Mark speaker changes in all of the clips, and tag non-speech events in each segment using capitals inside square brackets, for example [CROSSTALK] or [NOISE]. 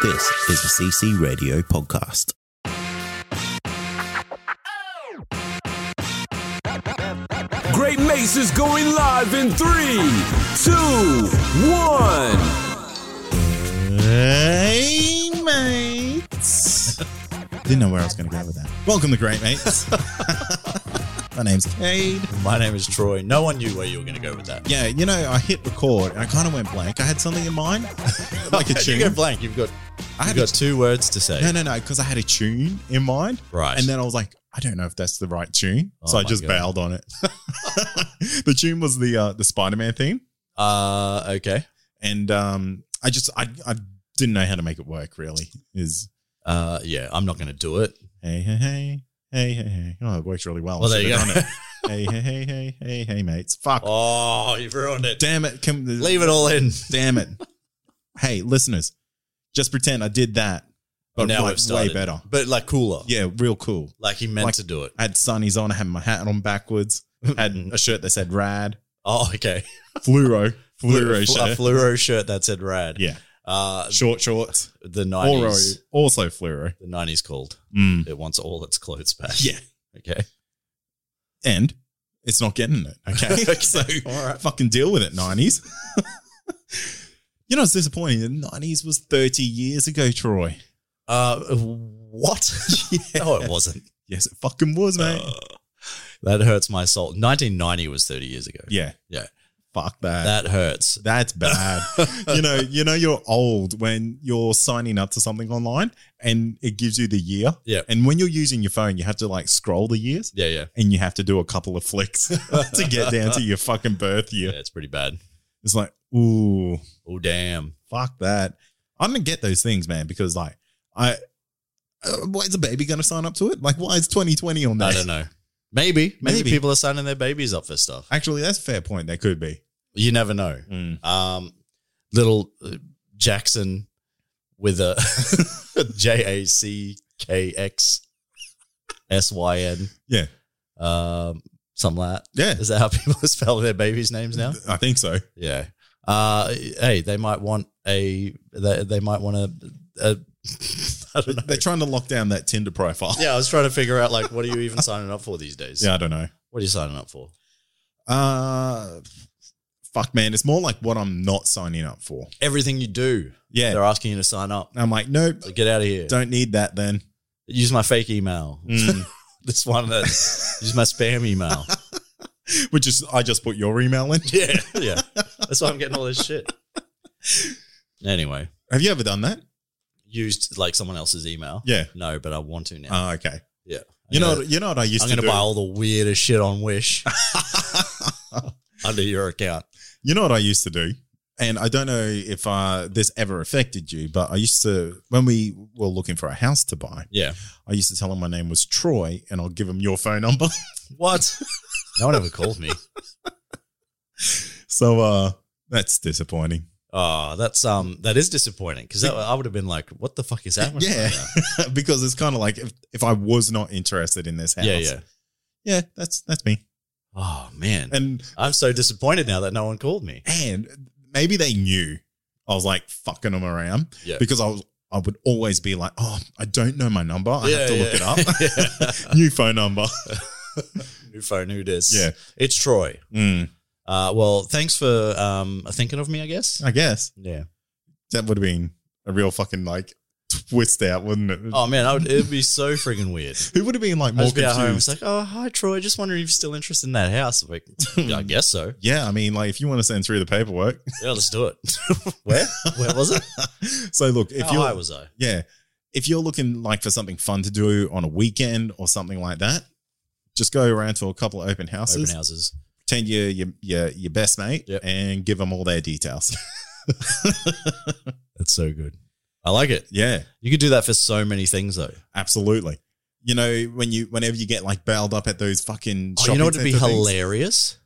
Speaker 1: This is a CC Radio podcast.
Speaker 2: Great Mace is going live in three, two, one.
Speaker 1: Hey, mates. [LAUGHS] Didn't know where I was going to go with that. Welcome to Great
Speaker 3: [LAUGHS]
Speaker 1: Mates. My name's Cade.
Speaker 3: My name is Troy. No one knew where you were going to go with that.
Speaker 1: Yeah, you know, I hit record and I kind of went blank. I had something in
Speaker 3: [LAUGHS]
Speaker 1: mind, like a tune.
Speaker 3: You go blank. You've got.
Speaker 1: I
Speaker 3: you've
Speaker 1: had a-
Speaker 3: got two words to say.
Speaker 1: No, no, no, because I had a tune in mind.
Speaker 3: Right.
Speaker 1: And then I was like, I don't know if that's the right tune.
Speaker 3: Oh
Speaker 1: so I
Speaker 3: my
Speaker 1: just
Speaker 3: God.
Speaker 1: bailed on it. [LAUGHS] the tune was the uh, the Spider Man theme.
Speaker 3: Uh, okay.
Speaker 1: And um, I just, I, I didn't know how to make it work, really. Is
Speaker 3: Uh, yeah. I'm not going to do it.
Speaker 1: hey, hey, hey, hey, hey, hey. Oh, it works really well. I
Speaker 3: Well, there
Speaker 1: should've done
Speaker 3: you
Speaker 1: it.
Speaker 3: go.
Speaker 1: hey, hey, hey, hey, hey, hey, mates. Fuck.
Speaker 3: oh, you've ruined it.
Speaker 1: Damn it. Can,
Speaker 3: Leave it all in.
Speaker 1: Damn
Speaker 3: [LAUGHS]
Speaker 1: it. hey, listeners, just pretend I did that, but
Speaker 3: Oh, now
Speaker 1: way,
Speaker 3: we've started.
Speaker 1: way better.
Speaker 3: But like cooler.
Speaker 1: Yeah, real cool.
Speaker 3: Like he meant
Speaker 1: Like-
Speaker 3: to do it.
Speaker 1: I had sunnies on. I had my hat on backwards.
Speaker 3: [LAUGHS]
Speaker 1: Had a shirt that said rad.
Speaker 3: Oh, okay.
Speaker 1: Fluoro. [LAUGHS]
Speaker 3: Flu-
Speaker 1: Fluoro
Speaker 3: [LAUGHS] A
Speaker 1: shirt.
Speaker 3: fluoro shirt that said rad.
Speaker 1: Yeah.
Speaker 3: Uh,
Speaker 1: Short shorts.
Speaker 3: the
Speaker 1: Oro.
Speaker 3: nineties.
Speaker 1: Also fluoro.
Speaker 3: The nineties called.
Speaker 1: Mm.
Speaker 3: It wants all its clothes back.
Speaker 1: Yeah.
Speaker 3: Okay.
Speaker 1: And it's not getting it.
Speaker 3: [LAUGHS]
Speaker 1: Okay. So
Speaker 3: All right.
Speaker 1: fucking deal with it, 90s. you know, it's disappointing. The 90s was 30 years ago, Troy.
Speaker 3: Uh,
Speaker 1: [LAUGHS]
Speaker 3: what? [LAUGHS] No, it wasn't.
Speaker 1: Yes, it fucking was, mate.
Speaker 3: Uh, That hurts my soul. 1990 was 30 years ago.
Speaker 1: yeah.
Speaker 3: Yeah.
Speaker 1: Fuck that.
Speaker 3: That hurts.
Speaker 1: That's
Speaker 3: [LAUGHS]
Speaker 1: bad. you know, you know you're old when you're signing up to something online and it gives you the year.
Speaker 3: Yeah.
Speaker 1: And when you're using your phone, you have to like scroll the years
Speaker 3: Yeah, yeah.
Speaker 1: and you have to do a couple of flicks [LAUGHS] to get down to your fucking birth year.
Speaker 3: Yeah, it's pretty bad.
Speaker 1: It's like, ooh,
Speaker 3: Oh, damn.
Speaker 1: fuck that. I'm gonna get those things, man, because like I uh, why is a baby gonna sign up to it? Like, why is 2020 on that?
Speaker 3: I don't know. Maybe, maybe.
Speaker 1: Maybe.
Speaker 3: people are signing their babies up for stuff.
Speaker 1: Actually, that's a fair point. They could be.
Speaker 3: You never [LAUGHS] know. Um, little uh, Jackson with a [LAUGHS] J A C K X S Y N,
Speaker 1: Yeah.
Speaker 3: um, something like that.
Speaker 1: Yeah.
Speaker 3: Is that how [LAUGHS] people spell their babies' names now?
Speaker 1: I think so.
Speaker 3: [LAUGHS] Yeah. Uh, hey, they might want a. They, they might want a. a [LAUGHS] I don't know.
Speaker 1: They're trying to lock down that Tinder profile.
Speaker 3: yeah, I was trying to figure out like, what are you even signing up for these days?
Speaker 1: Yeah, I don't know.
Speaker 3: What are you signing up for?
Speaker 1: Uh, fuck, man. It's more like what I'm not signing up for.
Speaker 3: Everything you do,
Speaker 1: Yeah.
Speaker 3: they're asking you to sign up.
Speaker 1: I'm like, nope,
Speaker 3: So get out of here.
Speaker 1: don't Mm. need that then.
Speaker 3: Use my fake email. [LAUGHS] this one that use my spam email.
Speaker 1: [LAUGHS] Which is, I just put your email in.
Speaker 3: yeah, yeah. That's why I'm getting all this shit. Anyway,
Speaker 1: Have you ever done that?
Speaker 3: used like someone else's email.
Speaker 1: Yeah.
Speaker 3: No, but I want to now.
Speaker 1: Oh, okay.
Speaker 3: yeah.
Speaker 1: You
Speaker 3: I'm
Speaker 1: know,
Speaker 3: gonna-
Speaker 1: you know what I used
Speaker 3: I'm
Speaker 1: to
Speaker 3: gonna
Speaker 1: do.
Speaker 3: buy all the weirdest shit
Speaker 1: [LAUGHS]
Speaker 3: on Wish under your account.
Speaker 1: you know what I used to do, and I don't know if uh, this ever affected you, but I used to when we were looking for a house to buy,
Speaker 3: Yeah.
Speaker 1: I used to tell him my name was Troy, and I'll give him your phone number. [LAUGHS]
Speaker 3: What? no one ever called me.
Speaker 1: so uh, that's disappointing. [LAUGHS]
Speaker 3: Oh, that's um, that is disappointing because I would have been like, "What the fuck is
Speaker 1: [LAUGHS]
Speaker 3: happening?"
Speaker 1: Yeah,
Speaker 3: right now?
Speaker 1: because it's kind of like if, if I was not interested in this house,
Speaker 3: yeah, yeah.
Speaker 1: yeah, that's that's me.
Speaker 3: Oh man,
Speaker 1: And
Speaker 3: I'm so disappointed now that no one called me.
Speaker 1: and maybe they knew I was like fucking them around
Speaker 3: Yeah.
Speaker 1: because I was I would always be like, oh, I don't know my number. I have to look it up.
Speaker 3: [LAUGHS] it
Speaker 1: [LAUGHS]
Speaker 3: up.
Speaker 1: New phone number.
Speaker 3: new phone, new this.
Speaker 1: Yeah.
Speaker 3: it's Troy.
Speaker 1: Mm,
Speaker 3: Uh, well, thanks for um thinking of me. I guess.
Speaker 1: I guess
Speaker 3: Yeah.
Speaker 1: that would have been a real fucking like twist out, wouldn't it?
Speaker 3: Oh man, I would, it'd be so freaking weird.
Speaker 1: [LAUGHS] Who would have been like
Speaker 3: I'd
Speaker 1: more
Speaker 3: just be at home. It's
Speaker 1: confused?
Speaker 3: like, oh hi Troy, just wondering if you're still interested in that house. I'm Like, I guess so.
Speaker 1: yeah, I mean, like if you want to send through the paperwork, [LAUGHS]
Speaker 3: Yeah, let's do it. Where? Where was it?
Speaker 1: so look if
Speaker 3: How
Speaker 1: you
Speaker 3: high was I?
Speaker 1: yeah, if you're looking like for something fun to do on a weekend or something like that, just go around to a couple of open houses.
Speaker 3: Open houses.
Speaker 1: Take your your your, your best mate
Speaker 3: Yep.
Speaker 1: and give them all their details. [LAUGHS]
Speaker 3: That's so good. I like it.
Speaker 1: yeah,
Speaker 3: You could do that for so many things though.
Speaker 1: absolutely. You know when you whenever you get like bailed up at those fucking.
Speaker 3: Oh, you know what would
Speaker 1: shopping
Speaker 3: be
Speaker 1: centre things-
Speaker 3: hilarious?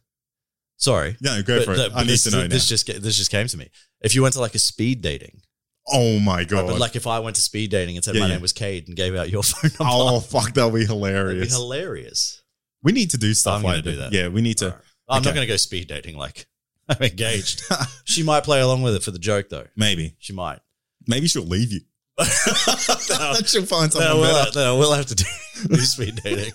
Speaker 3: Sorry.
Speaker 1: No, go
Speaker 3: But-
Speaker 1: for it.
Speaker 3: no,
Speaker 1: I
Speaker 3: but
Speaker 1: need
Speaker 3: this,
Speaker 1: to know now.
Speaker 3: This just ca- this just came to me. If you went to like a speed dating,
Speaker 1: oh my
Speaker 3: right,
Speaker 1: god!
Speaker 3: but like if I went to speed dating and said
Speaker 1: Yeah,
Speaker 3: my
Speaker 1: yeah.
Speaker 3: name was Cade and gave out your [LAUGHS] phone number,
Speaker 1: [LAUGHS] oh fuck, that'll be
Speaker 3: that'd
Speaker 1: hilarious.
Speaker 3: be hilarious.
Speaker 1: we need to do stuff
Speaker 3: I'm gonna
Speaker 1: like
Speaker 3: do that.
Speaker 1: Yeah, we need to.
Speaker 3: All right. I'm not
Speaker 1: okay.
Speaker 3: going to go speed dating. Like [LAUGHS] I'm engaged. she might play along with it for the joke though.
Speaker 1: Maybe, [LAUGHS]
Speaker 3: She might.
Speaker 1: maybe she'll leave you. [LAUGHS]
Speaker 3: [LAUGHS] no,
Speaker 1: She'll find
Speaker 3: no,
Speaker 1: someone
Speaker 3: we'll,
Speaker 1: better.
Speaker 3: have- no, we'll have to do, [LAUGHS] do speed dating.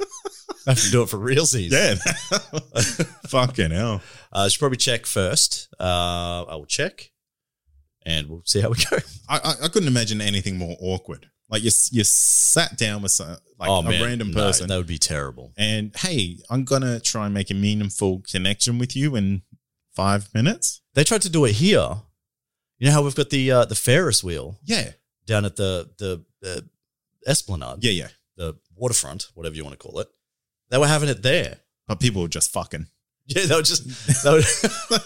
Speaker 3: I have to do it for realsies.
Speaker 1: Yeah.
Speaker 3: [LAUGHS]
Speaker 1: [LAUGHS] fucking hell.
Speaker 3: Uh, should probably check first. Uh, I will check, and we'll see how we go.
Speaker 1: I, I, I couldn't imagine anything more awkward. Like you, s- you sat down with some, like a
Speaker 3: Oh, man,
Speaker 1: random
Speaker 3: no,
Speaker 1: person,
Speaker 3: that would be terrible.
Speaker 1: and hey, I'm gonna try and make a meaningful connection with you in five minutes.
Speaker 3: They tried to do it here. You know how we've got the uh, the Ferris wheel
Speaker 1: Yeah,
Speaker 3: down at the the uh, Esplanade,
Speaker 1: yeah, yeah.
Speaker 3: the waterfront, whatever you want to call it. They were having it there. [LAUGHS]
Speaker 1: But people were just fucking.
Speaker 3: Yeah, they were just they were, [LAUGHS] they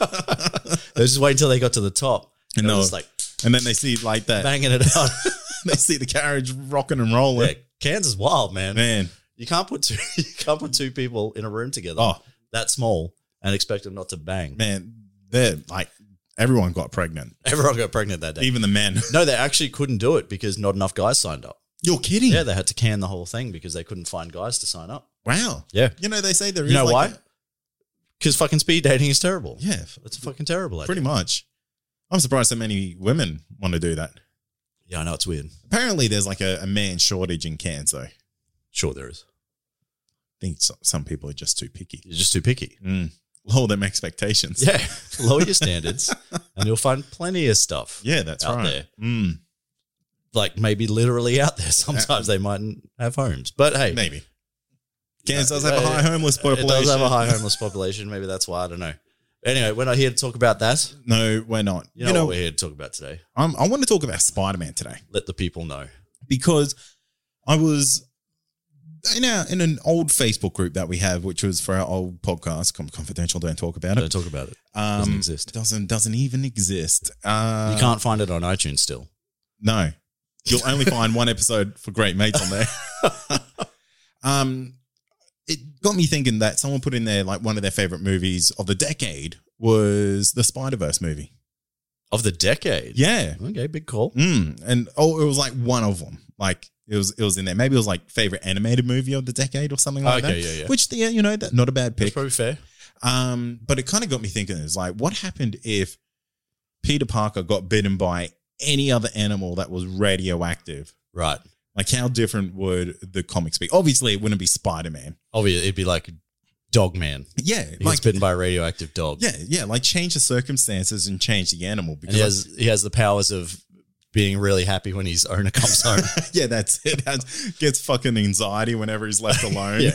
Speaker 3: were just waiting until they got to the top and they
Speaker 1: No.
Speaker 3: were just like
Speaker 1: And then they see like that.
Speaker 3: banging it out.
Speaker 1: [LAUGHS] they see the carriage rocking and
Speaker 3: yeah,
Speaker 1: rolling.
Speaker 3: Kansas wild, man.
Speaker 1: Man,
Speaker 3: You can't put two [LAUGHS] you can't put two people in a room together
Speaker 1: oh
Speaker 3: that small and expect them not to bang.
Speaker 1: man, they're like everyone got pregnant,
Speaker 3: Everyone got pregnant that day.
Speaker 1: even the men. [LAUGHS]
Speaker 3: no, they actually couldn't do it because not enough guys signed up.
Speaker 1: You're kidding?
Speaker 3: Yeah, they had to can the whole thing because they couldn't find guys to sign up.
Speaker 1: Wow.
Speaker 3: Yeah.
Speaker 1: You know they say there is.
Speaker 3: You know
Speaker 1: like
Speaker 3: why?
Speaker 1: a-
Speaker 3: Because fucking speed dating is terrible.
Speaker 1: yeah,
Speaker 3: It's fucking terrible. idea.
Speaker 1: pretty much. I'm surprised so many women want to do that.
Speaker 3: Yeah, I know it's weird.
Speaker 1: Apparently, there's like a, a man shortage in Cairns, though. I
Speaker 3: Sure, there is.
Speaker 1: think so, some people are just too picky.
Speaker 3: You're just
Speaker 1: [LAUGHS]
Speaker 3: too picky.
Speaker 1: Mm. Lower them expectations.
Speaker 3: Yeah, [LAUGHS] lower your standards, and you'll find plenty of stuff.
Speaker 1: Yeah, that's
Speaker 3: Out
Speaker 1: right.
Speaker 3: there.
Speaker 1: Mm.
Speaker 3: like maybe literally out there. [LAUGHS] Sometimes they mightn't have homes, but hey,
Speaker 1: Maybe. Cairns
Speaker 3: No,
Speaker 1: does have a
Speaker 3: yeah,
Speaker 1: high
Speaker 3: yeah.
Speaker 1: homeless
Speaker 3: it
Speaker 1: population.
Speaker 3: does have a high homeless population. Maybe that's why I don't know. Anyway, we're not here to talk about that.
Speaker 1: [LAUGHS] No, we're not.
Speaker 3: You know, what we're here to talk about today.
Speaker 1: I'm, I want to talk about Spider Man today
Speaker 3: Let the people know.
Speaker 1: because I was in, a, in an old Facebook group that we have, which was for our old podcast, Com- Confidential, don't talk about
Speaker 3: Don't
Speaker 1: it.
Speaker 3: talk about it.
Speaker 1: Um,
Speaker 3: doesn't exist.
Speaker 1: Doesn't, doesn't even exist. Uh,
Speaker 3: you can't find it on iTunes still.
Speaker 1: No, you'll only find one episode for Great Mates on there.
Speaker 3: [LAUGHS]
Speaker 1: um, it got me thinking that someone put in there like one of their favorite movies of the decade was the Spider Verse movie.
Speaker 3: Of the decade.
Speaker 1: Yeah,
Speaker 3: Okay, big call.
Speaker 1: mm. and oh, it was like one of them. Like it was, it was in there. Maybe it was like favorite animated movie of the decade or something like
Speaker 3: Okay,
Speaker 1: that.
Speaker 3: yeah, yeah.
Speaker 1: Which yeah, you know, that, not a bad
Speaker 3: That's
Speaker 1: pick.
Speaker 3: probably fair.
Speaker 1: Um, but it kind of got me thinking. It's like, what happened if Peter Parker got bitten by any other animal that was radioactive?
Speaker 3: Right.
Speaker 1: Like, how different would the comics be? Obviously, it wouldn't be Spider Man.
Speaker 3: Obviously, Oh, it'd be like Dog Man.
Speaker 1: Yeah,
Speaker 3: He
Speaker 1: like
Speaker 3: gets bitten by a radioactive dog.
Speaker 1: yeah, yeah. Like, change the circumstances and change the animal
Speaker 3: And he
Speaker 1: because
Speaker 3: has he has the powers of being really happy when his owner
Speaker 1: [LAUGHS]
Speaker 3: comes home.
Speaker 1: [LAUGHS] yeah, that's it. That's, gets fucking anxiety whenever he's left alone.
Speaker 3: [LAUGHS] Yeah.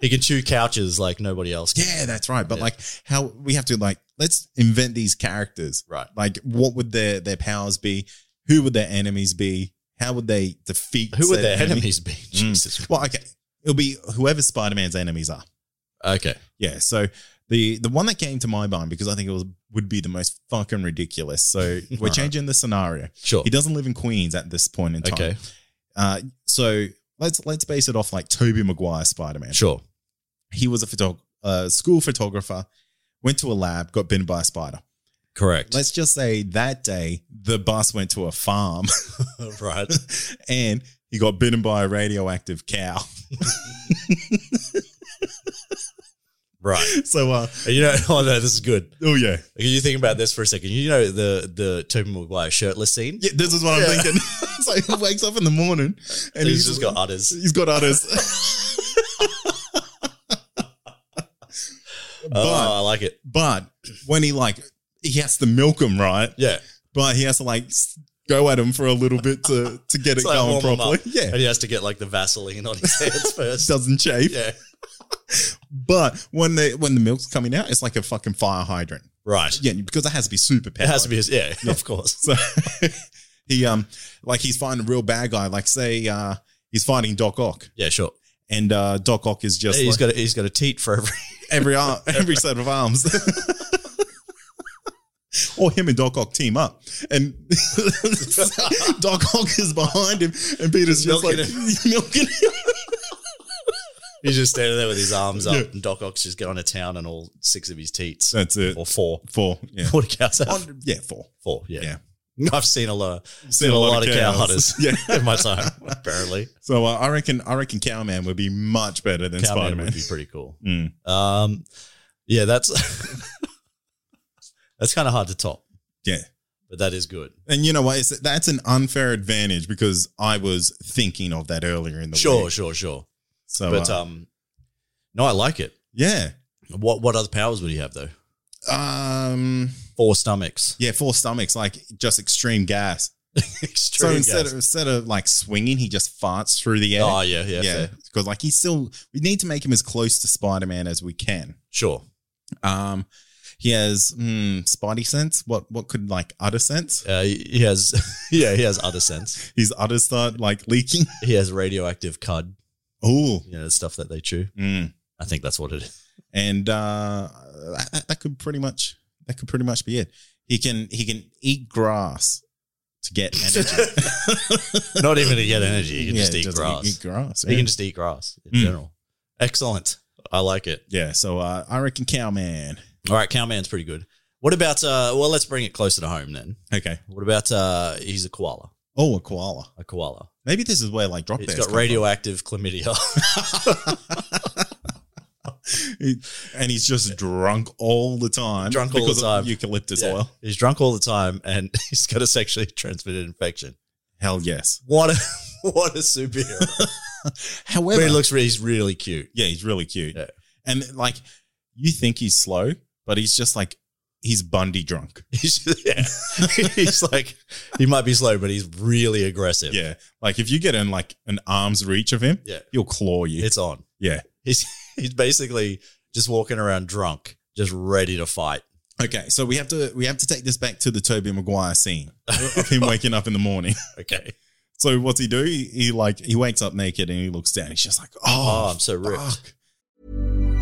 Speaker 3: he can chew couches like nobody else can.
Speaker 1: Yeah, that's right. But
Speaker 3: Yeah.
Speaker 1: like, how we have to like let's invent these characters.
Speaker 3: Right.
Speaker 1: Like, what would their their powers be? Who would their enemies be? How would they defeat?
Speaker 3: Who would
Speaker 1: said
Speaker 3: their
Speaker 1: enemy?
Speaker 3: enemies be? Jesus.
Speaker 1: Mm. Well, okay, it'll be whoever Spider Man's enemies are.
Speaker 3: Okay.
Speaker 1: Yeah. So the the one that came to my mind because I think it was would be the most fucking ridiculous.
Speaker 3: [LAUGHS]
Speaker 1: So we're
Speaker 3: Alright.
Speaker 1: changing the scenario.
Speaker 3: Sure.
Speaker 1: He doesn't live in Queens at this point in time.
Speaker 3: Okay.
Speaker 1: Uh, so let's let's base it off like Toby Maguire Spider Man.
Speaker 3: Sure.
Speaker 1: He was a photog- uh, school photographer, went to a lab, got bitten by a spider.
Speaker 3: Correct.
Speaker 1: Let's just say that day the bus went to a farm [LAUGHS]
Speaker 3: right.
Speaker 1: and he got bitten by a radioactive cow. [LAUGHS]
Speaker 3: Right.
Speaker 1: So uh
Speaker 3: [LAUGHS] You know, oh no, this is good.
Speaker 1: oh yeah.
Speaker 3: You think about this for a second. You know the the Tobey Maguire shirtless scene.
Speaker 1: Yeah, this is what I'm
Speaker 3: Yeah.
Speaker 1: thinking. [LAUGHS]
Speaker 3: [LAUGHS]
Speaker 1: so he wakes up in the morning and
Speaker 3: he's, just got udders.
Speaker 1: He's got udders.
Speaker 3: oh,
Speaker 1: but
Speaker 3: I like it.
Speaker 1: but when he like he has to milk him, right?
Speaker 3: Yeah,
Speaker 1: But he has to like s- go at him for a little bit to to get
Speaker 3: [LAUGHS]
Speaker 1: it
Speaker 3: It's like
Speaker 1: going
Speaker 3: warm 'em
Speaker 1: properly.
Speaker 3: up.
Speaker 1: Yeah,
Speaker 3: and he has to get like the Vaseline on his
Speaker 1: [LAUGHS]
Speaker 3: hands
Speaker 1: it
Speaker 3: first.
Speaker 1: doesn't chafe.
Speaker 3: yeah,
Speaker 1: But when the when the milk's coming out, it's like a fucking fire hydrant.
Speaker 3: right.
Speaker 1: Yeah, because it has to be super.
Speaker 3: It has to be his. Yeah, of course.
Speaker 1: So [LAUGHS] he um like he's fighting a real bad guy. Like say uh he's fighting Doc Ock,
Speaker 3: Yeah, sure.
Speaker 1: and uh Doc Ock is just
Speaker 3: he's
Speaker 1: like-
Speaker 3: got a, he's got a teat for every [LAUGHS]
Speaker 1: every arm, every set of arms. [LAUGHS] or him and Doc Ock team up, and [LAUGHS] Doc Ock is behind him, and Peter's just,
Speaker 3: Milking
Speaker 1: like [LAUGHS] milking him.
Speaker 3: He's just standing there with his arms up,
Speaker 1: Yeah.
Speaker 3: and Doc Ock's just going to town on all six of his teats.
Speaker 1: That's it.
Speaker 3: Or four.
Speaker 1: Four, yeah,
Speaker 3: What do cows have?
Speaker 1: On- yeah, four.
Speaker 3: Four, yeah.
Speaker 1: Yeah.
Speaker 3: I've seen a lot, seen a lot, of cow [LAUGHS] hunters
Speaker 1: Yeah.
Speaker 3: in my time, [LAUGHS] apparently.
Speaker 1: So uh, I reckon, I reckon Cowman would be much better than Spider
Speaker 3: Cowman would
Speaker 1: Man.
Speaker 3: be pretty cool.
Speaker 1: Mm.
Speaker 3: Um, yeah, that's [LAUGHS] that's kind of hard to top,
Speaker 1: Yeah.
Speaker 3: but that is good.
Speaker 1: And you know what? It's, that's an unfair advantage because I was thinking of that earlier in the
Speaker 3: Sure,
Speaker 1: week.
Speaker 3: sure, sure.
Speaker 1: So,
Speaker 3: but
Speaker 1: uh,
Speaker 3: um, no, I like it.
Speaker 1: yeah.
Speaker 3: What what other powers would he have though?
Speaker 1: Um,
Speaker 3: Four stomachs.
Speaker 1: yeah, four stomachs, like just extreme gas.
Speaker 3: Extreme
Speaker 1: so instead
Speaker 3: gas.
Speaker 1: of instead of like swinging, he just farts through the air.
Speaker 3: oh yeah, yeah,
Speaker 1: yeah,
Speaker 3: fair.
Speaker 1: because like he's still. We need to make him as close to Spider Man as we can.
Speaker 3: sure.
Speaker 1: Um, he has mm, Spidey sense. What what could like utter sense?
Speaker 3: Uh, he he has [LAUGHS] yeah, he has other sense.
Speaker 1: His udders start like leaking. [LAUGHS]
Speaker 3: He has radioactive cud,
Speaker 1: Oh,
Speaker 3: you know, the stuff that they chew.
Speaker 1: mm.
Speaker 3: I think that's what it is. [LAUGHS]
Speaker 1: and uh, that- that, that could pretty much that could pretty much be it. He can he can eat grass to get energy.
Speaker 3: [LAUGHS] Not even to get energy. You can
Speaker 1: Yeah,
Speaker 3: just eat grass.
Speaker 1: Eat grass.
Speaker 3: He
Speaker 1: yeah.
Speaker 3: can just eat grass in
Speaker 1: Mm.
Speaker 3: general. Excellent. I like it.
Speaker 1: Yeah, so uh, I reckon Cowman.
Speaker 3: All right, Cowman's pretty good. What about uh well let's bring it closer to home then.
Speaker 1: Okay.
Speaker 3: What about uh he's a koala.
Speaker 1: Oh, a koala.
Speaker 3: A koala.
Speaker 1: Maybe this is where like drop
Speaker 3: He's
Speaker 1: bears
Speaker 3: got
Speaker 1: come
Speaker 3: radioactive chlamydia.
Speaker 1: from. [LAUGHS] He- and he's just drunk all the time.
Speaker 3: Drunk all the
Speaker 1: because of
Speaker 3: time.
Speaker 1: Eucalyptus
Speaker 3: [LAUGHS] Yeah.
Speaker 1: oil.
Speaker 3: He's drunk all the time and [LAUGHS] he's got a sexually transmitted infection.
Speaker 1: Hell yes.
Speaker 3: What a [LAUGHS] what a superhero. but
Speaker 1: However,
Speaker 3: he looks really, he's really cute. [LAUGHS]
Speaker 1: yeah, he's really cute.
Speaker 3: Yeah.
Speaker 1: And like, you think he's slow, but he's just like he's Bundy drunk.
Speaker 3: He's, yeah. [LAUGHS] he's like he might be slow, but he's really aggressive.
Speaker 1: Yeah, like if you get in like an arm's reach of him,
Speaker 3: Yeah.
Speaker 1: he'll claw you.
Speaker 3: It's on.
Speaker 1: yeah.
Speaker 3: He's he's basically just walking around drunk, just ready to fight.
Speaker 1: Okay, so we have to we have to take this back to the Toby Maguire scene
Speaker 3: [LAUGHS]
Speaker 1: of him waking up in the morning.
Speaker 3: Okay.
Speaker 1: So what's he do? He, he like he wakes up naked and he looks down. He's just like, oh,
Speaker 3: Oh, I'm so ripped.
Speaker 1: fuck.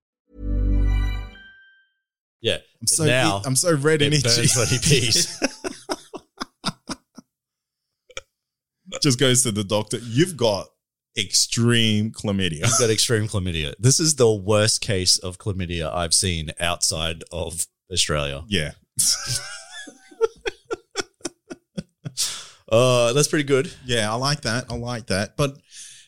Speaker 3: Yeah.
Speaker 1: I'm
Speaker 3: But
Speaker 1: so
Speaker 3: now
Speaker 1: I'm so red and
Speaker 3: it
Speaker 1: itchy.
Speaker 3: burns when he pees.
Speaker 1: [LAUGHS] just goes to the doctor. You've got extreme chlamydia.
Speaker 3: He's got extreme chlamydia. This is the worst case of chlamydia I've seen outside of Australia.
Speaker 1: Yeah,
Speaker 3: Uh, that's pretty good.
Speaker 1: yeah, I like that. I like that. But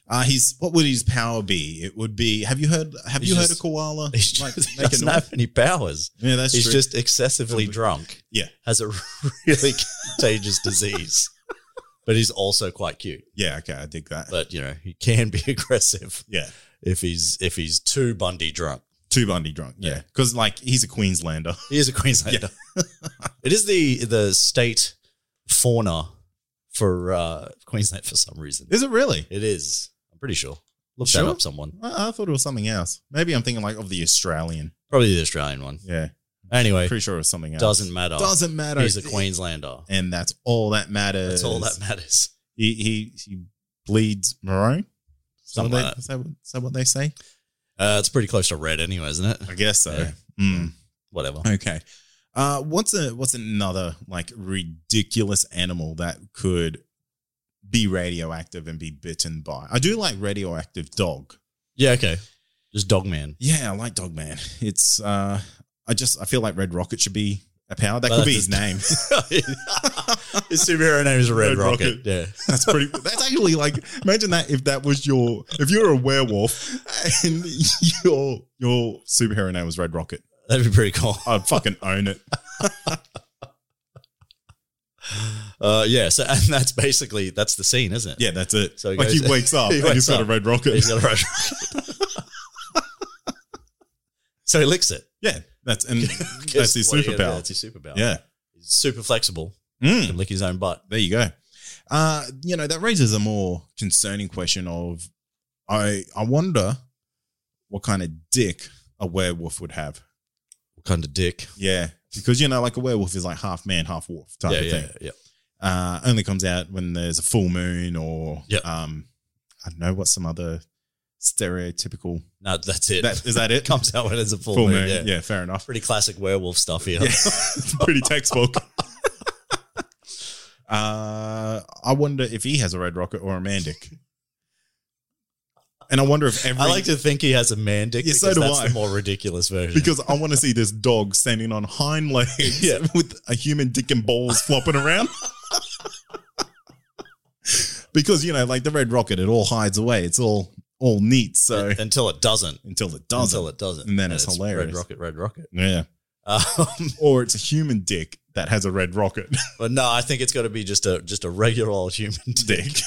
Speaker 1: uh, he's what would his power be? It would be. Have you heard? Have
Speaker 3: He's
Speaker 1: you heard
Speaker 3: just-
Speaker 1: a koala?
Speaker 3: He's
Speaker 1: like,
Speaker 3: just, he
Speaker 1: make a
Speaker 3: [LAUGHS] doesn't
Speaker 1: noise?
Speaker 3: have any powers.
Speaker 1: Yeah, that's
Speaker 3: He's
Speaker 1: true.
Speaker 3: just excessively drunk.
Speaker 1: Yeah.
Speaker 3: Has a [LAUGHS] really contagious disease. But he's also quite cute.
Speaker 1: yeah. Okay, I dig that.
Speaker 3: But you know, he can be [LAUGHS] aggressive
Speaker 1: yeah,
Speaker 3: if he's if he's too Bundy drunk.
Speaker 1: too Bundy drunk. Yeah,
Speaker 3: Yeah.
Speaker 1: because like he's a Queenslander. [LAUGHS]
Speaker 3: He is a Queenslander. it is the the state fauna for uh, Queensland for some reason.
Speaker 1: Is it really?
Speaker 3: It is. I'm pretty sure. Look
Speaker 1: Sure?
Speaker 3: that up, someone.
Speaker 1: I, I thought it was something else. Maybe I'm thinking like of the Australian.
Speaker 3: Probably the Australian one.
Speaker 1: Yeah,
Speaker 3: Anyway,
Speaker 1: pretty sure it was something else.
Speaker 3: doesn't matter.
Speaker 1: Doesn't matter.
Speaker 3: He's a Queenslander.
Speaker 1: and that's all that matters.
Speaker 3: That's all that matters.
Speaker 1: he he he bleeds maroon. Is that, what
Speaker 3: Something
Speaker 1: they,
Speaker 3: like that.
Speaker 1: is, that what, is that what they say?
Speaker 3: Uh, it's pretty close to red, anyway, isn't it?
Speaker 1: I guess so.
Speaker 3: Yeah.
Speaker 1: Mm.
Speaker 3: Whatever.
Speaker 1: Okay. Uh, what's a what's another like ridiculous animal that could be radioactive and be bitten by? I do like radioactive dog.
Speaker 3: Yeah. Okay. Just dog man.
Speaker 1: Yeah, I like dog man. It's uh, I just I feel like Red Rocket should be a power. That
Speaker 3: Well,
Speaker 1: could be
Speaker 3: that's
Speaker 1: his name.
Speaker 3: [LAUGHS] [LAUGHS]
Speaker 1: [LAUGHS]
Speaker 3: His superhero name is Red,
Speaker 1: Red
Speaker 3: Rocket.
Speaker 1: Rocket.
Speaker 3: Yeah.
Speaker 1: That's pretty. That's actually like imagine that if that was your if you were a werewolf and [LAUGHS] your your superhero name was Red Rocket,
Speaker 3: [LAUGHS] That'd be pretty cool.
Speaker 1: [LAUGHS] I'd fucking own it.
Speaker 3: Uh, yeah. So, and that's basically that's the scene, isn't it?
Speaker 1: Yeah, that's it.
Speaker 3: So [LAUGHS] he
Speaker 1: like
Speaker 3: goes-
Speaker 1: he wakes up
Speaker 3: he
Speaker 1: and
Speaker 3: wakes
Speaker 1: he's got
Speaker 3: up.
Speaker 1: a Red Rocket.
Speaker 3: He's got a Red [LAUGHS] So he licks it.
Speaker 1: [LAUGHS] Yeah, that's and that's
Speaker 3: Guess
Speaker 1: his
Speaker 3: what? Yeah,
Speaker 1: superpower.
Speaker 3: [LAUGHS] That's his superpower.
Speaker 1: Yeah,
Speaker 3: He's super flexible.
Speaker 1: Mm.
Speaker 3: He can lick his own butt.
Speaker 1: there you go. Uh, you know that raises a more concerning question of, I I wonder what kind of dick a werewolf would have.
Speaker 3: What kind of dick?
Speaker 1: Yeah, because you know, like a werewolf is like half man, half wolf type
Speaker 3: Yeah,
Speaker 1: of
Speaker 3: yeah,
Speaker 1: thing.
Speaker 3: yeah.
Speaker 1: Uh, only comes out when there's a full moon or
Speaker 3: Yeah.
Speaker 1: um, I don't know what some other stereotypical.
Speaker 3: No, that's it.
Speaker 1: That is that it?
Speaker 3: [LAUGHS] comes out when it's a full,
Speaker 1: full
Speaker 3: moon.
Speaker 1: moon.
Speaker 3: Yeah.
Speaker 1: yeah, fair enough.
Speaker 3: Pretty classic werewolf stuff here.
Speaker 1: Yeah. Pretty textbook. [LAUGHS] uh, I wonder if he has a red rocket or a mandic. And I wonder if every
Speaker 3: I like to think he has a man dick
Speaker 1: Yeah,
Speaker 3: because
Speaker 1: so do
Speaker 3: that's
Speaker 1: I.
Speaker 3: the more ridiculous version.
Speaker 1: because I want to see this dog standing on hind legs
Speaker 3: Yeah.
Speaker 1: [LAUGHS] with a human dick and balls flopping around. [LAUGHS] because you know, like the red rocket, it all hides away. It's all all neat. So
Speaker 3: until it doesn't.
Speaker 1: until it doesn't,
Speaker 3: Until it doesn't.
Speaker 1: And then it's hilarious.
Speaker 3: Red rocket, red rocket.
Speaker 1: yeah, [LAUGHS]
Speaker 3: Um,
Speaker 1: or it's a human dick that has a red rocket
Speaker 3: [LAUGHS] but no, I think it's got to be just a just a regular old human
Speaker 1: [LAUGHS]
Speaker 3: dick. [LAUGHS]
Speaker 1: dick.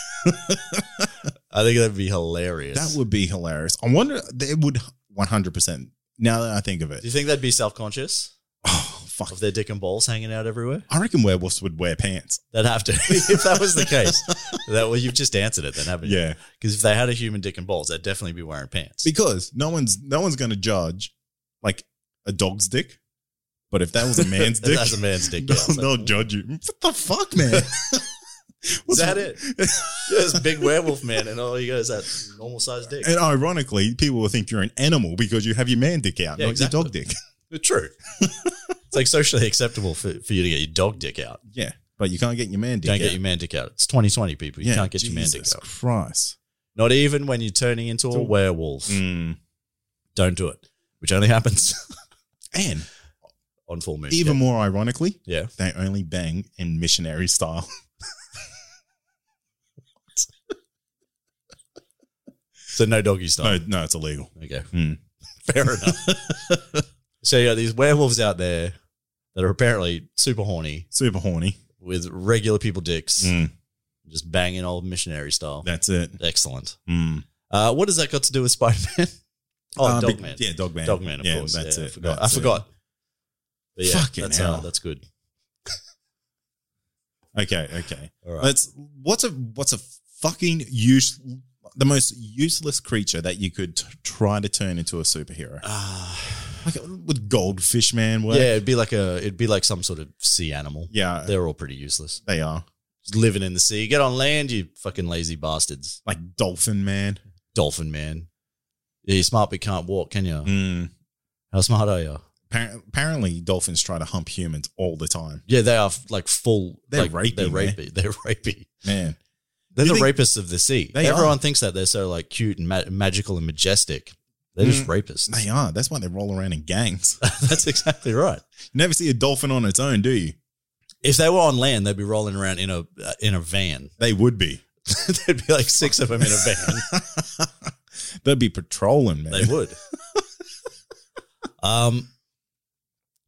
Speaker 3: I think that'd be hilarious.
Speaker 1: That would be hilarious. I wonder it would 100%. Now that I think of
Speaker 3: Do you
Speaker 1: it.
Speaker 3: think they'd be self conscious
Speaker 1: Oh, fuck.
Speaker 3: of their dick and balls hanging out everywhere?
Speaker 1: I reckon werewolves would wear pants.
Speaker 3: They'd have to. [LAUGHS] if that was the
Speaker 1: [LAUGHS]
Speaker 3: case, that well, you've just answered it, then haven't you?
Speaker 1: Yeah.
Speaker 3: Because if they had a human dick and balls, they'd definitely be wearing pants. [LAUGHS]
Speaker 1: Because no one's no one's going to judge like a dog's dick. But if that was
Speaker 3: [LAUGHS]
Speaker 1: a man's dick,
Speaker 3: That's a man's dick. yeah,
Speaker 1: they'll,
Speaker 3: so-
Speaker 1: they'll judge you. What the fuck,
Speaker 3: [LAUGHS]
Speaker 1: man? [LAUGHS]
Speaker 3: Is
Speaker 1: What's
Speaker 3: that it? Yeah, this big werewolf man, and all you got is that normal sized dick.
Speaker 1: And ironically, people will think you're an animal because you have your man dick out,
Speaker 3: Yeah,
Speaker 1: not
Speaker 3: exactly.
Speaker 1: your dog dick. [LAUGHS]
Speaker 3: True. it's like socially acceptable for, for you to get your dog dick out.
Speaker 1: [LAUGHS] Yeah, but you can't get your man dick.
Speaker 3: Don't
Speaker 1: out.
Speaker 3: get your man dick out. It's 2020, people. You
Speaker 1: Yeah,
Speaker 3: can't get your man dick
Speaker 1: Jesus
Speaker 3: out.
Speaker 1: Christ.
Speaker 3: Not even when you're turning into a
Speaker 1: Don't-
Speaker 3: werewolf.
Speaker 1: Mm.
Speaker 3: Don't do it, which only [LAUGHS] happens
Speaker 1: And
Speaker 3: on full moon.
Speaker 1: even
Speaker 3: yeah.
Speaker 1: more ironically,
Speaker 3: Yeah.
Speaker 1: they only bang in missionary style.
Speaker 3: So no doggy style.
Speaker 1: [LAUGHS] No, no, it's illegal.
Speaker 3: Okay. [LAUGHS]
Speaker 1: Hmm.
Speaker 3: Fair enough.
Speaker 1: [LAUGHS]
Speaker 3: so you got these werewolves out there that are apparently super horny
Speaker 1: Super horny.
Speaker 3: with regular people dicks,
Speaker 1: Mm,
Speaker 3: just banging old missionary style.
Speaker 1: that's it.
Speaker 3: Excellent.
Speaker 1: Mm.
Speaker 3: Uh, what has that got to do with Spider Man? [LAUGHS] Oh,
Speaker 1: Uh,
Speaker 3: Dog
Speaker 1: be-
Speaker 3: Man.
Speaker 1: Yeah, dog man.
Speaker 3: Dogman, Dog Man, of
Speaker 1: yeah,
Speaker 3: course.
Speaker 1: That's
Speaker 3: Yeah,
Speaker 1: it.
Speaker 3: I forgot.
Speaker 1: That's
Speaker 3: I
Speaker 1: it.
Speaker 3: forgot. But yeah,
Speaker 1: Fucking
Speaker 3: that's,
Speaker 1: hell.
Speaker 3: Uh, that's good.
Speaker 1: Okay, okay.
Speaker 3: All right.
Speaker 1: Let's. What's a what's a fucking use the most useless creature that you could t- try to turn into a superhero?
Speaker 3: Ah,
Speaker 1: Like would goldfish man work?
Speaker 3: yeah, it'd be like a, it'd be like some sort of sea animal.
Speaker 1: yeah. They're-
Speaker 3: They're all pretty useless.
Speaker 1: they are.
Speaker 3: Just living in the sea. Get on land, you fucking lazy bastards.
Speaker 1: like dolphin man.
Speaker 3: Dolphin man. Yeah, you're smart but can't walk, can you?
Speaker 1: Mm.
Speaker 3: How smart are you?
Speaker 1: Appar- apparently, dolphins try to hump humans all the time.
Speaker 3: Yeah, they are f- like full.
Speaker 1: They're
Speaker 3: like,
Speaker 1: rapey,
Speaker 3: They're
Speaker 1: man.
Speaker 3: rapey. [LAUGHS] They're rapey.
Speaker 1: Man,
Speaker 3: They're
Speaker 1: You
Speaker 3: the
Speaker 1: think-
Speaker 3: rapists of the sea.
Speaker 1: They
Speaker 3: Everyone
Speaker 1: are.
Speaker 3: thinks that they're so like cute and ma- magical and majestic. They're just
Speaker 1: Mm.
Speaker 3: rapists.
Speaker 1: they are. That's why they roll around in
Speaker 3: [LAUGHS]
Speaker 1: gangs.
Speaker 3: That's exactly right.
Speaker 1: You never see a dolphin on its own, do you?
Speaker 3: If they were on land, they'd be rolling around in a uh, in a van. [LAUGHS]
Speaker 1: They would be.
Speaker 3: There'd be like six of them in a van.
Speaker 1: They'd be patrolling, man. [LAUGHS]
Speaker 3: They would. [LAUGHS] Um,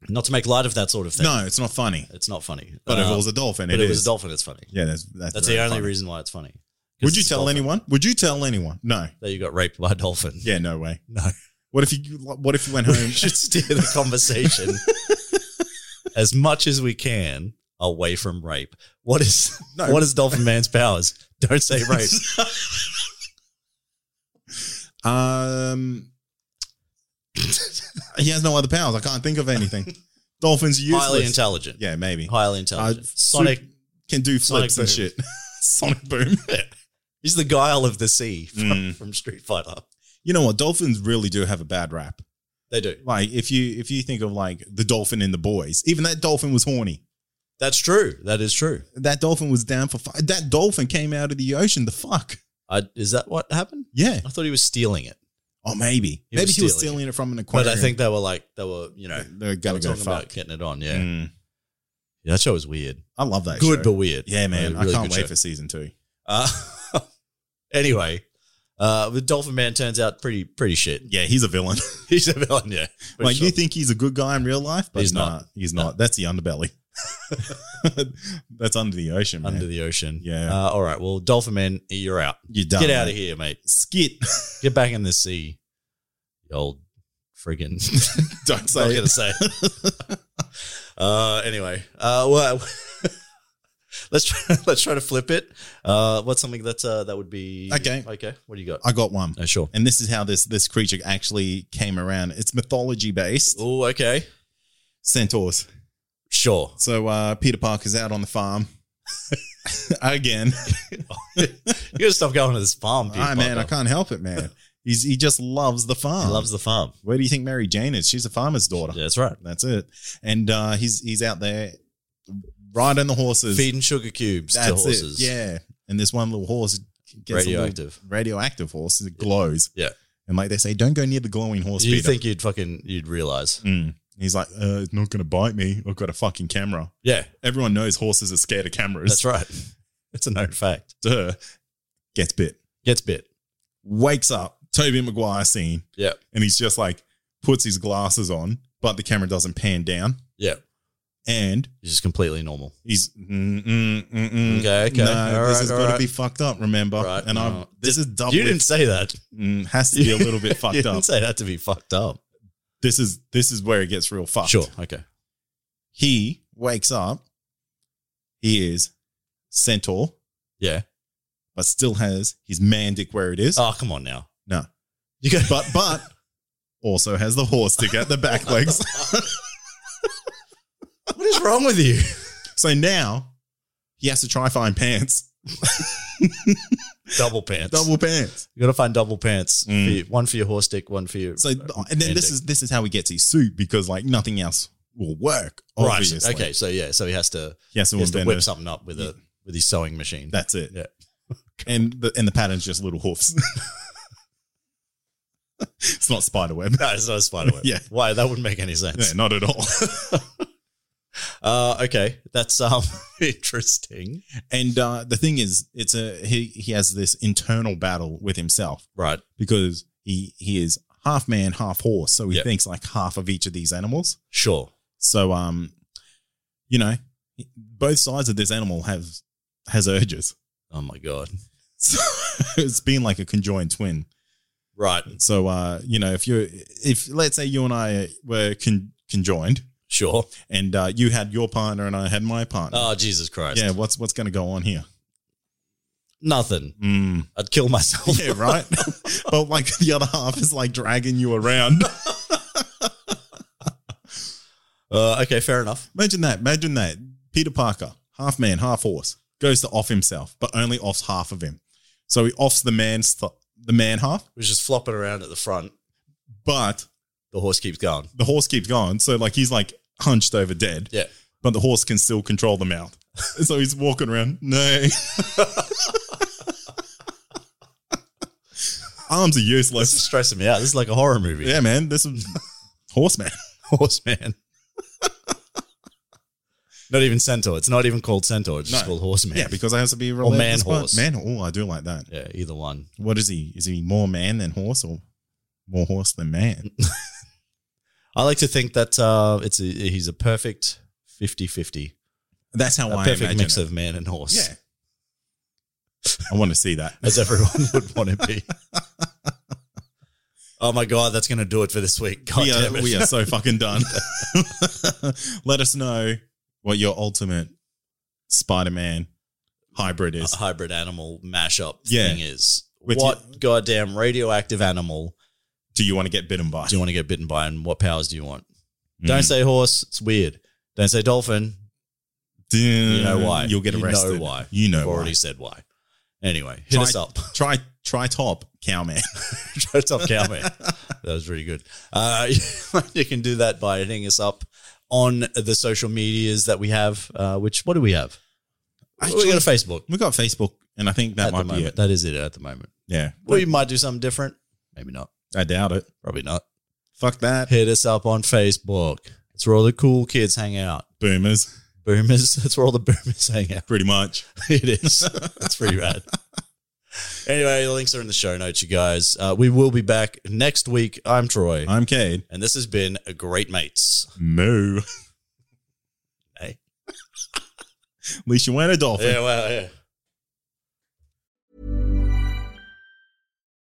Speaker 3: not to make light of that sort of thing.
Speaker 1: No, it's not funny.
Speaker 3: it's not funny.
Speaker 1: But if
Speaker 3: Uh,
Speaker 1: it was a dolphin,
Speaker 3: but
Speaker 1: it
Speaker 3: if it was
Speaker 1: is.
Speaker 3: a dolphin. It's funny.
Speaker 1: yeah, that's that's,
Speaker 3: That's
Speaker 1: very
Speaker 3: the only
Speaker 1: funny.
Speaker 3: reason why it's funny. 'Cause
Speaker 1: Would you
Speaker 3: it's a
Speaker 1: tell
Speaker 3: dolphin.
Speaker 1: anyone? Would you tell anyone? No.
Speaker 3: that you got raped by a dolphin?
Speaker 1: Yeah, no way.
Speaker 3: No.
Speaker 1: What if you? What if you
Speaker 3: [LAUGHS]
Speaker 1: went
Speaker 3: We
Speaker 1: home?
Speaker 3: should steer the conversation
Speaker 1: [LAUGHS]
Speaker 3: as much as we can away from rape. What is
Speaker 1: [LAUGHS] No.
Speaker 3: what is Dolphin Man's powers? Don't say rape.
Speaker 1: um, he has no other powers. I can't think of
Speaker 3: [LAUGHS]
Speaker 1: anything. Dolphins are useless.
Speaker 3: Highly intelligent.
Speaker 1: Yeah, maybe.
Speaker 3: Highly intelligent.
Speaker 1: Uh,
Speaker 3: Sonic.
Speaker 1: Sup- can do
Speaker 3: Sonic
Speaker 1: flips and
Speaker 3: boom.
Speaker 1: shit.
Speaker 3: [LAUGHS]
Speaker 1: Sonic boom.
Speaker 3: He's the guile of the sea from,
Speaker 1: Mm.
Speaker 3: from Street Fighter.
Speaker 1: You know what? Dolphins really do have a bad rap.
Speaker 3: They do.
Speaker 1: Like if you if you think of like the dolphin in the boys, even that dolphin was horny.
Speaker 3: That's true. That is true.
Speaker 1: That dolphin was down for fi- that dolphin came out of the ocean. The fuck.
Speaker 3: I, is that what happened?
Speaker 1: Yeah.
Speaker 3: I thought he was stealing it,
Speaker 1: Or maybe
Speaker 3: He
Speaker 1: maybe
Speaker 3: was
Speaker 1: he was
Speaker 3: stealing.
Speaker 1: stealing it from an
Speaker 3: but
Speaker 1: aquarium.
Speaker 3: I think they were like they were, you know,
Speaker 1: they're
Speaker 3: they were
Speaker 1: gonna go
Speaker 3: talking about
Speaker 1: fuck.
Speaker 3: getting it on. Yeah.
Speaker 1: Mm.
Speaker 3: yeah, that show was weird.
Speaker 1: I love that.
Speaker 3: good
Speaker 1: show.
Speaker 3: but weird.
Speaker 1: yeah, man, I
Speaker 3: Really
Speaker 1: can't
Speaker 3: good
Speaker 1: wait
Speaker 3: show.
Speaker 1: for season two.
Speaker 3: Uh, [LAUGHS] anyway, uh, the Dolphin Man turns out pretty pretty shit.
Speaker 1: Yeah, he's a villain.
Speaker 3: [LAUGHS] He's a villain. Yeah, For
Speaker 1: like you
Speaker 3: sure.
Speaker 1: think he's a good guy in real life, but
Speaker 3: He's
Speaker 1: he's
Speaker 3: not.
Speaker 1: not. He's not. That's the underbelly. [LAUGHS] That's under the ocean, man.
Speaker 3: under the ocean.
Speaker 1: Yeah.
Speaker 3: Uh, all right. Well, Dolphin Man, you're out.
Speaker 1: You're done.
Speaker 3: [LAUGHS] Get out of
Speaker 1: man.
Speaker 3: here, mate.
Speaker 1: Skit.
Speaker 3: Get back in the sea, you old friggin'
Speaker 1: [LAUGHS]
Speaker 3: [LAUGHS]
Speaker 1: Don't
Speaker 3: I was
Speaker 1: say
Speaker 3: gonna
Speaker 1: it.
Speaker 3: say. [LAUGHS] uh, anyway, uh, well, [LAUGHS] let's try, [LAUGHS] let's try to flip it. Uh, what's something that uh, that would be
Speaker 1: Okay.
Speaker 3: Okay, what do you got?
Speaker 1: I got one. [LAUGHS]
Speaker 3: Oh, sure.
Speaker 1: And this is how this this creature actually came around. It's mythology based.
Speaker 3: Oh, okay,
Speaker 1: Centaurs.
Speaker 3: sure. [LAUGHS]
Speaker 1: So uh, Peter Parker's out on the farm [LAUGHS] again.
Speaker 3: You gotta stop going to this farm, Peter
Speaker 1: Ah, man, I
Speaker 3: Parker.
Speaker 1: can't help it, man. He's he just loves the farm.
Speaker 3: He loves the farm.
Speaker 1: Where do you think Mary Jane is? She's a farmer's daughter.
Speaker 3: Yeah, that's right.
Speaker 1: That's it. And uh, he's he's out there riding the horses.
Speaker 3: Feeding sugar cubes
Speaker 1: That's
Speaker 3: to horses.
Speaker 1: It. Yeah. And this one little horse gets a little
Speaker 3: Radioactive.
Speaker 1: radioactive horse. It glows.
Speaker 3: Yeah.
Speaker 1: And like they say, don't go near the glowing horse.
Speaker 3: You
Speaker 1: Peter.
Speaker 3: think you'd fucking you'd realize?
Speaker 1: Mm. He's like, uh, it's not going to bite me. I've got a fucking camera.
Speaker 3: Yeah,
Speaker 1: Everyone knows horses are scared of cameras.
Speaker 3: that's right. [LAUGHS] It's a known fact.
Speaker 1: Duh. Gets bit.
Speaker 3: Gets bit.
Speaker 1: Wakes up. Toby Maguire scene.
Speaker 3: Yeah,
Speaker 1: And he's just like, puts his glasses on, but the camera doesn't pan down.
Speaker 3: yeah.
Speaker 1: And
Speaker 3: It's just completely normal.
Speaker 1: he's mm, mm, mm, mm.
Speaker 3: Okay, okay.
Speaker 1: No,
Speaker 3: All
Speaker 1: this
Speaker 3: right,
Speaker 1: has
Speaker 3: all
Speaker 1: got to
Speaker 3: right.
Speaker 1: be fucked up. Remember,
Speaker 3: Right,
Speaker 1: and I'm
Speaker 3: no.
Speaker 1: this is double.
Speaker 3: you didn't say that.
Speaker 1: mm,
Speaker 3: [LAUGHS]
Speaker 1: has to be a little bit
Speaker 3: you
Speaker 1: fucked
Speaker 3: didn't
Speaker 1: up.
Speaker 3: say that to be fucked up.
Speaker 1: This is this is where it gets real fucked.
Speaker 3: Sure. Okay.
Speaker 1: He wakes up. He is centaur,
Speaker 3: Yeah.
Speaker 1: but still has his mandic where it is.
Speaker 3: Oh, come on now.
Speaker 1: No,
Speaker 3: You got
Speaker 1: but but also has the horse stick at the
Speaker 3: [LAUGHS]
Speaker 1: back legs.
Speaker 3: what is wrong with you?
Speaker 1: so now he has to try find pants, [LAUGHS]
Speaker 3: Double
Speaker 1: [LAUGHS]
Speaker 3: pants.
Speaker 1: double pants.
Speaker 3: You gotta find double pants.
Speaker 1: Mm.
Speaker 3: For your, one for your horse stick, one for your.
Speaker 1: So and then this is this is how he gets his suit because like nothing else will work.
Speaker 3: right.
Speaker 1: Obviously.
Speaker 3: Okay. So yeah. So he has to
Speaker 1: Yes,
Speaker 3: he
Speaker 1: it
Speaker 3: has
Speaker 1: was
Speaker 3: to
Speaker 1: then
Speaker 3: whip
Speaker 1: a-
Speaker 3: something up with a with his sewing machine.
Speaker 1: That's it.
Speaker 3: Yeah. [LAUGHS]
Speaker 1: And the and the pattern's just little hoofs. [LAUGHS] it's not spider web.
Speaker 3: No, it's not a spider web.
Speaker 1: Yeah.
Speaker 3: Why? That wouldn't make any sense.
Speaker 1: [LAUGHS] Yeah, not at all. [LAUGHS]
Speaker 3: Uh, okay. That's um [LAUGHS] interesting.
Speaker 1: and uh, the thing is, it's a he he has this internal battle with himself
Speaker 3: Right.
Speaker 1: because he he is half man, half horse, so he
Speaker 3: Yeah.
Speaker 1: thinks like half of each of these animals.
Speaker 3: Sure.
Speaker 1: So um, you know, both sides of this animal have has urges. [LAUGHS]
Speaker 3: Oh my god.
Speaker 1: So it's been like a conjoined twin.
Speaker 3: Right.
Speaker 1: So uh, you know, if you're if let's say you and I were con- conjoined
Speaker 3: Sure.
Speaker 1: and uh, you had your partner and I had my partner.
Speaker 3: Oh Jesus Christ.
Speaker 1: yeah, what's what's gonna go on here?
Speaker 3: Nothing.
Speaker 1: Mm.
Speaker 3: I'd kill myself.
Speaker 1: Yeah,
Speaker 3: [LAUGHS]
Speaker 1: right. [LAUGHS] but like the other half is like dragging you around.
Speaker 3: Uh, okay. Fair enough.
Speaker 1: imagine that. Imagine that. Peter Parker, half man, half horse, goes to off himself, but only offs half of him. So he offs the man's the man half,
Speaker 3: We're just flopping around at the front.
Speaker 1: but
Speaker 3: The horse keeps going.
Speaker 1: the horse keeps going. So like he's like hunched over dead.
Speaker 3: Yeah.
Speaker 1: but the horse can still control the [LAUGHS] mouth. so he's walking around. No. [LAUGHS] Arms are
Speaker 3: This is
Speaker 1: useless.
Speaker 3: stressing me out. This is like a horror movie. [LAUGHS]
Speaker 1: Yeah, man. This [LAUGHS] is horseman.
Speaker 3: Horseman. not even centaur. It's not even called centaur. It's just
Speaker 1: No.
Speaker 3: called
Speaker 1: [LAUGHS]
Speaker 3: horseman.
Speaker 1: Yeah, because I has to be related. to
Speaker 3: man
Speaker 1: this part.
Speaker 3: horse.
Speaker 1: Man. Oh, I do like that.
Speaker 3: Yeah, either one.
Speaker 1: What is he? Is he more man than horse or more horse than man?
Speaker 3: I like to think that uh, it's a, he's a perfect 50-50.
Speaker 1: That's how
Speaker 3: A
Speaker 1: Oh, I
Speaker 3: perfect
Speaker 1: imagine
Speaker 3: mix
Speaker 1: it.
Speaker 3: of man and horse.
Speaker 1: Yeah.
Speaker 3: [LAUGHS]
Speaker 1: I want to see that.
Speaker 3: As everyone [LAUGHS] would want
Speaker 1: [LAUGHS]
Speaker 3: to be. oh my god, that's gonna do it for this week. God
Speaker 1: we,
Speaker 3: damn
Speaker 1: are,
Speaker 3: it.
Speaker 1: we
Speaker 3: [LAUGHS]
Speaker 1: are so fucking done. [LAUGHS] Let us know what your ultimate Spider Man hybrid
Speaker 3: a
Speaker 1: is.
Speaker 3: hybrid animal mashup
Speaker 1: Yeah.
Speaker 3: thing is.
Speaker 1: With
Speaker 3: what goddamn radioactive animal
Speaker 1: Do you want to get bitten by?
Speaker 3: do you want to get bitten by and what powers do you want?
Speaker 1: Mm.
Speaker 3: Don't say horse, it's weird. Don't say dolphin, You know why.
Speaker 1: Mm. You'll get
Speaker 3: You
Speaker 1: arrested.
Speaker 3: know why.
Speaker 1: You know
Speaker 3: I've already
Speaker 1: why.
Speaker 3: said why. Anyway, hit
Speaker 1: try,
Speaker 3: us up. [LAUGHS]
Speaker 1: Try try top [LAUGHS] cowman.
Speaker 3: Try us up, Cowman. that was pretty good. Uh, [LAUGHS] you can do that by hitting us up on the social medias that we have. Uh, which what do we have? we
Speaker 1: Actually-
Speaker 3: got a Facebook.
Speaker 1: We've got Facebook, and I think that
Speaker 3: at
Speaker 1: might
Speaker 3: the
Speaker 1: be
Speaker 3: moment.
Speaker 1: it.
Speaker 3: That is it at the moment.
Speaker 1: Yeah,
Speaker 3: We might do something different. Maybe not.
Speaker 1: I doubt it.
Speaker 3: Probably not.
Speaker 1: Fuck that,
Speaker 3: Hit us up on Facebook. It's where all the cool kids hang out.
Speaker 1: boomers.
Speaker 3: Boomers. [LAUGHS] That's where all the boomers hang out.
Speaker 1: Pretty
Speaker 3: [LAUGHS]
Speaker 1: much.
Speaker 3: It is. That's pretty rad. Anyway, the links are in the show notes, you guys. Uh, we will be back next week. I'm Troy,
Speaker 1: I'm Cade.
Speaker 3: and this has been a Great Mates.
Speaker 1: Moo. [LAUGHS]
Speaker 3: Hey.
Speaker 1: At least you weren't a dolphin.
Speaker 3: well, yeah.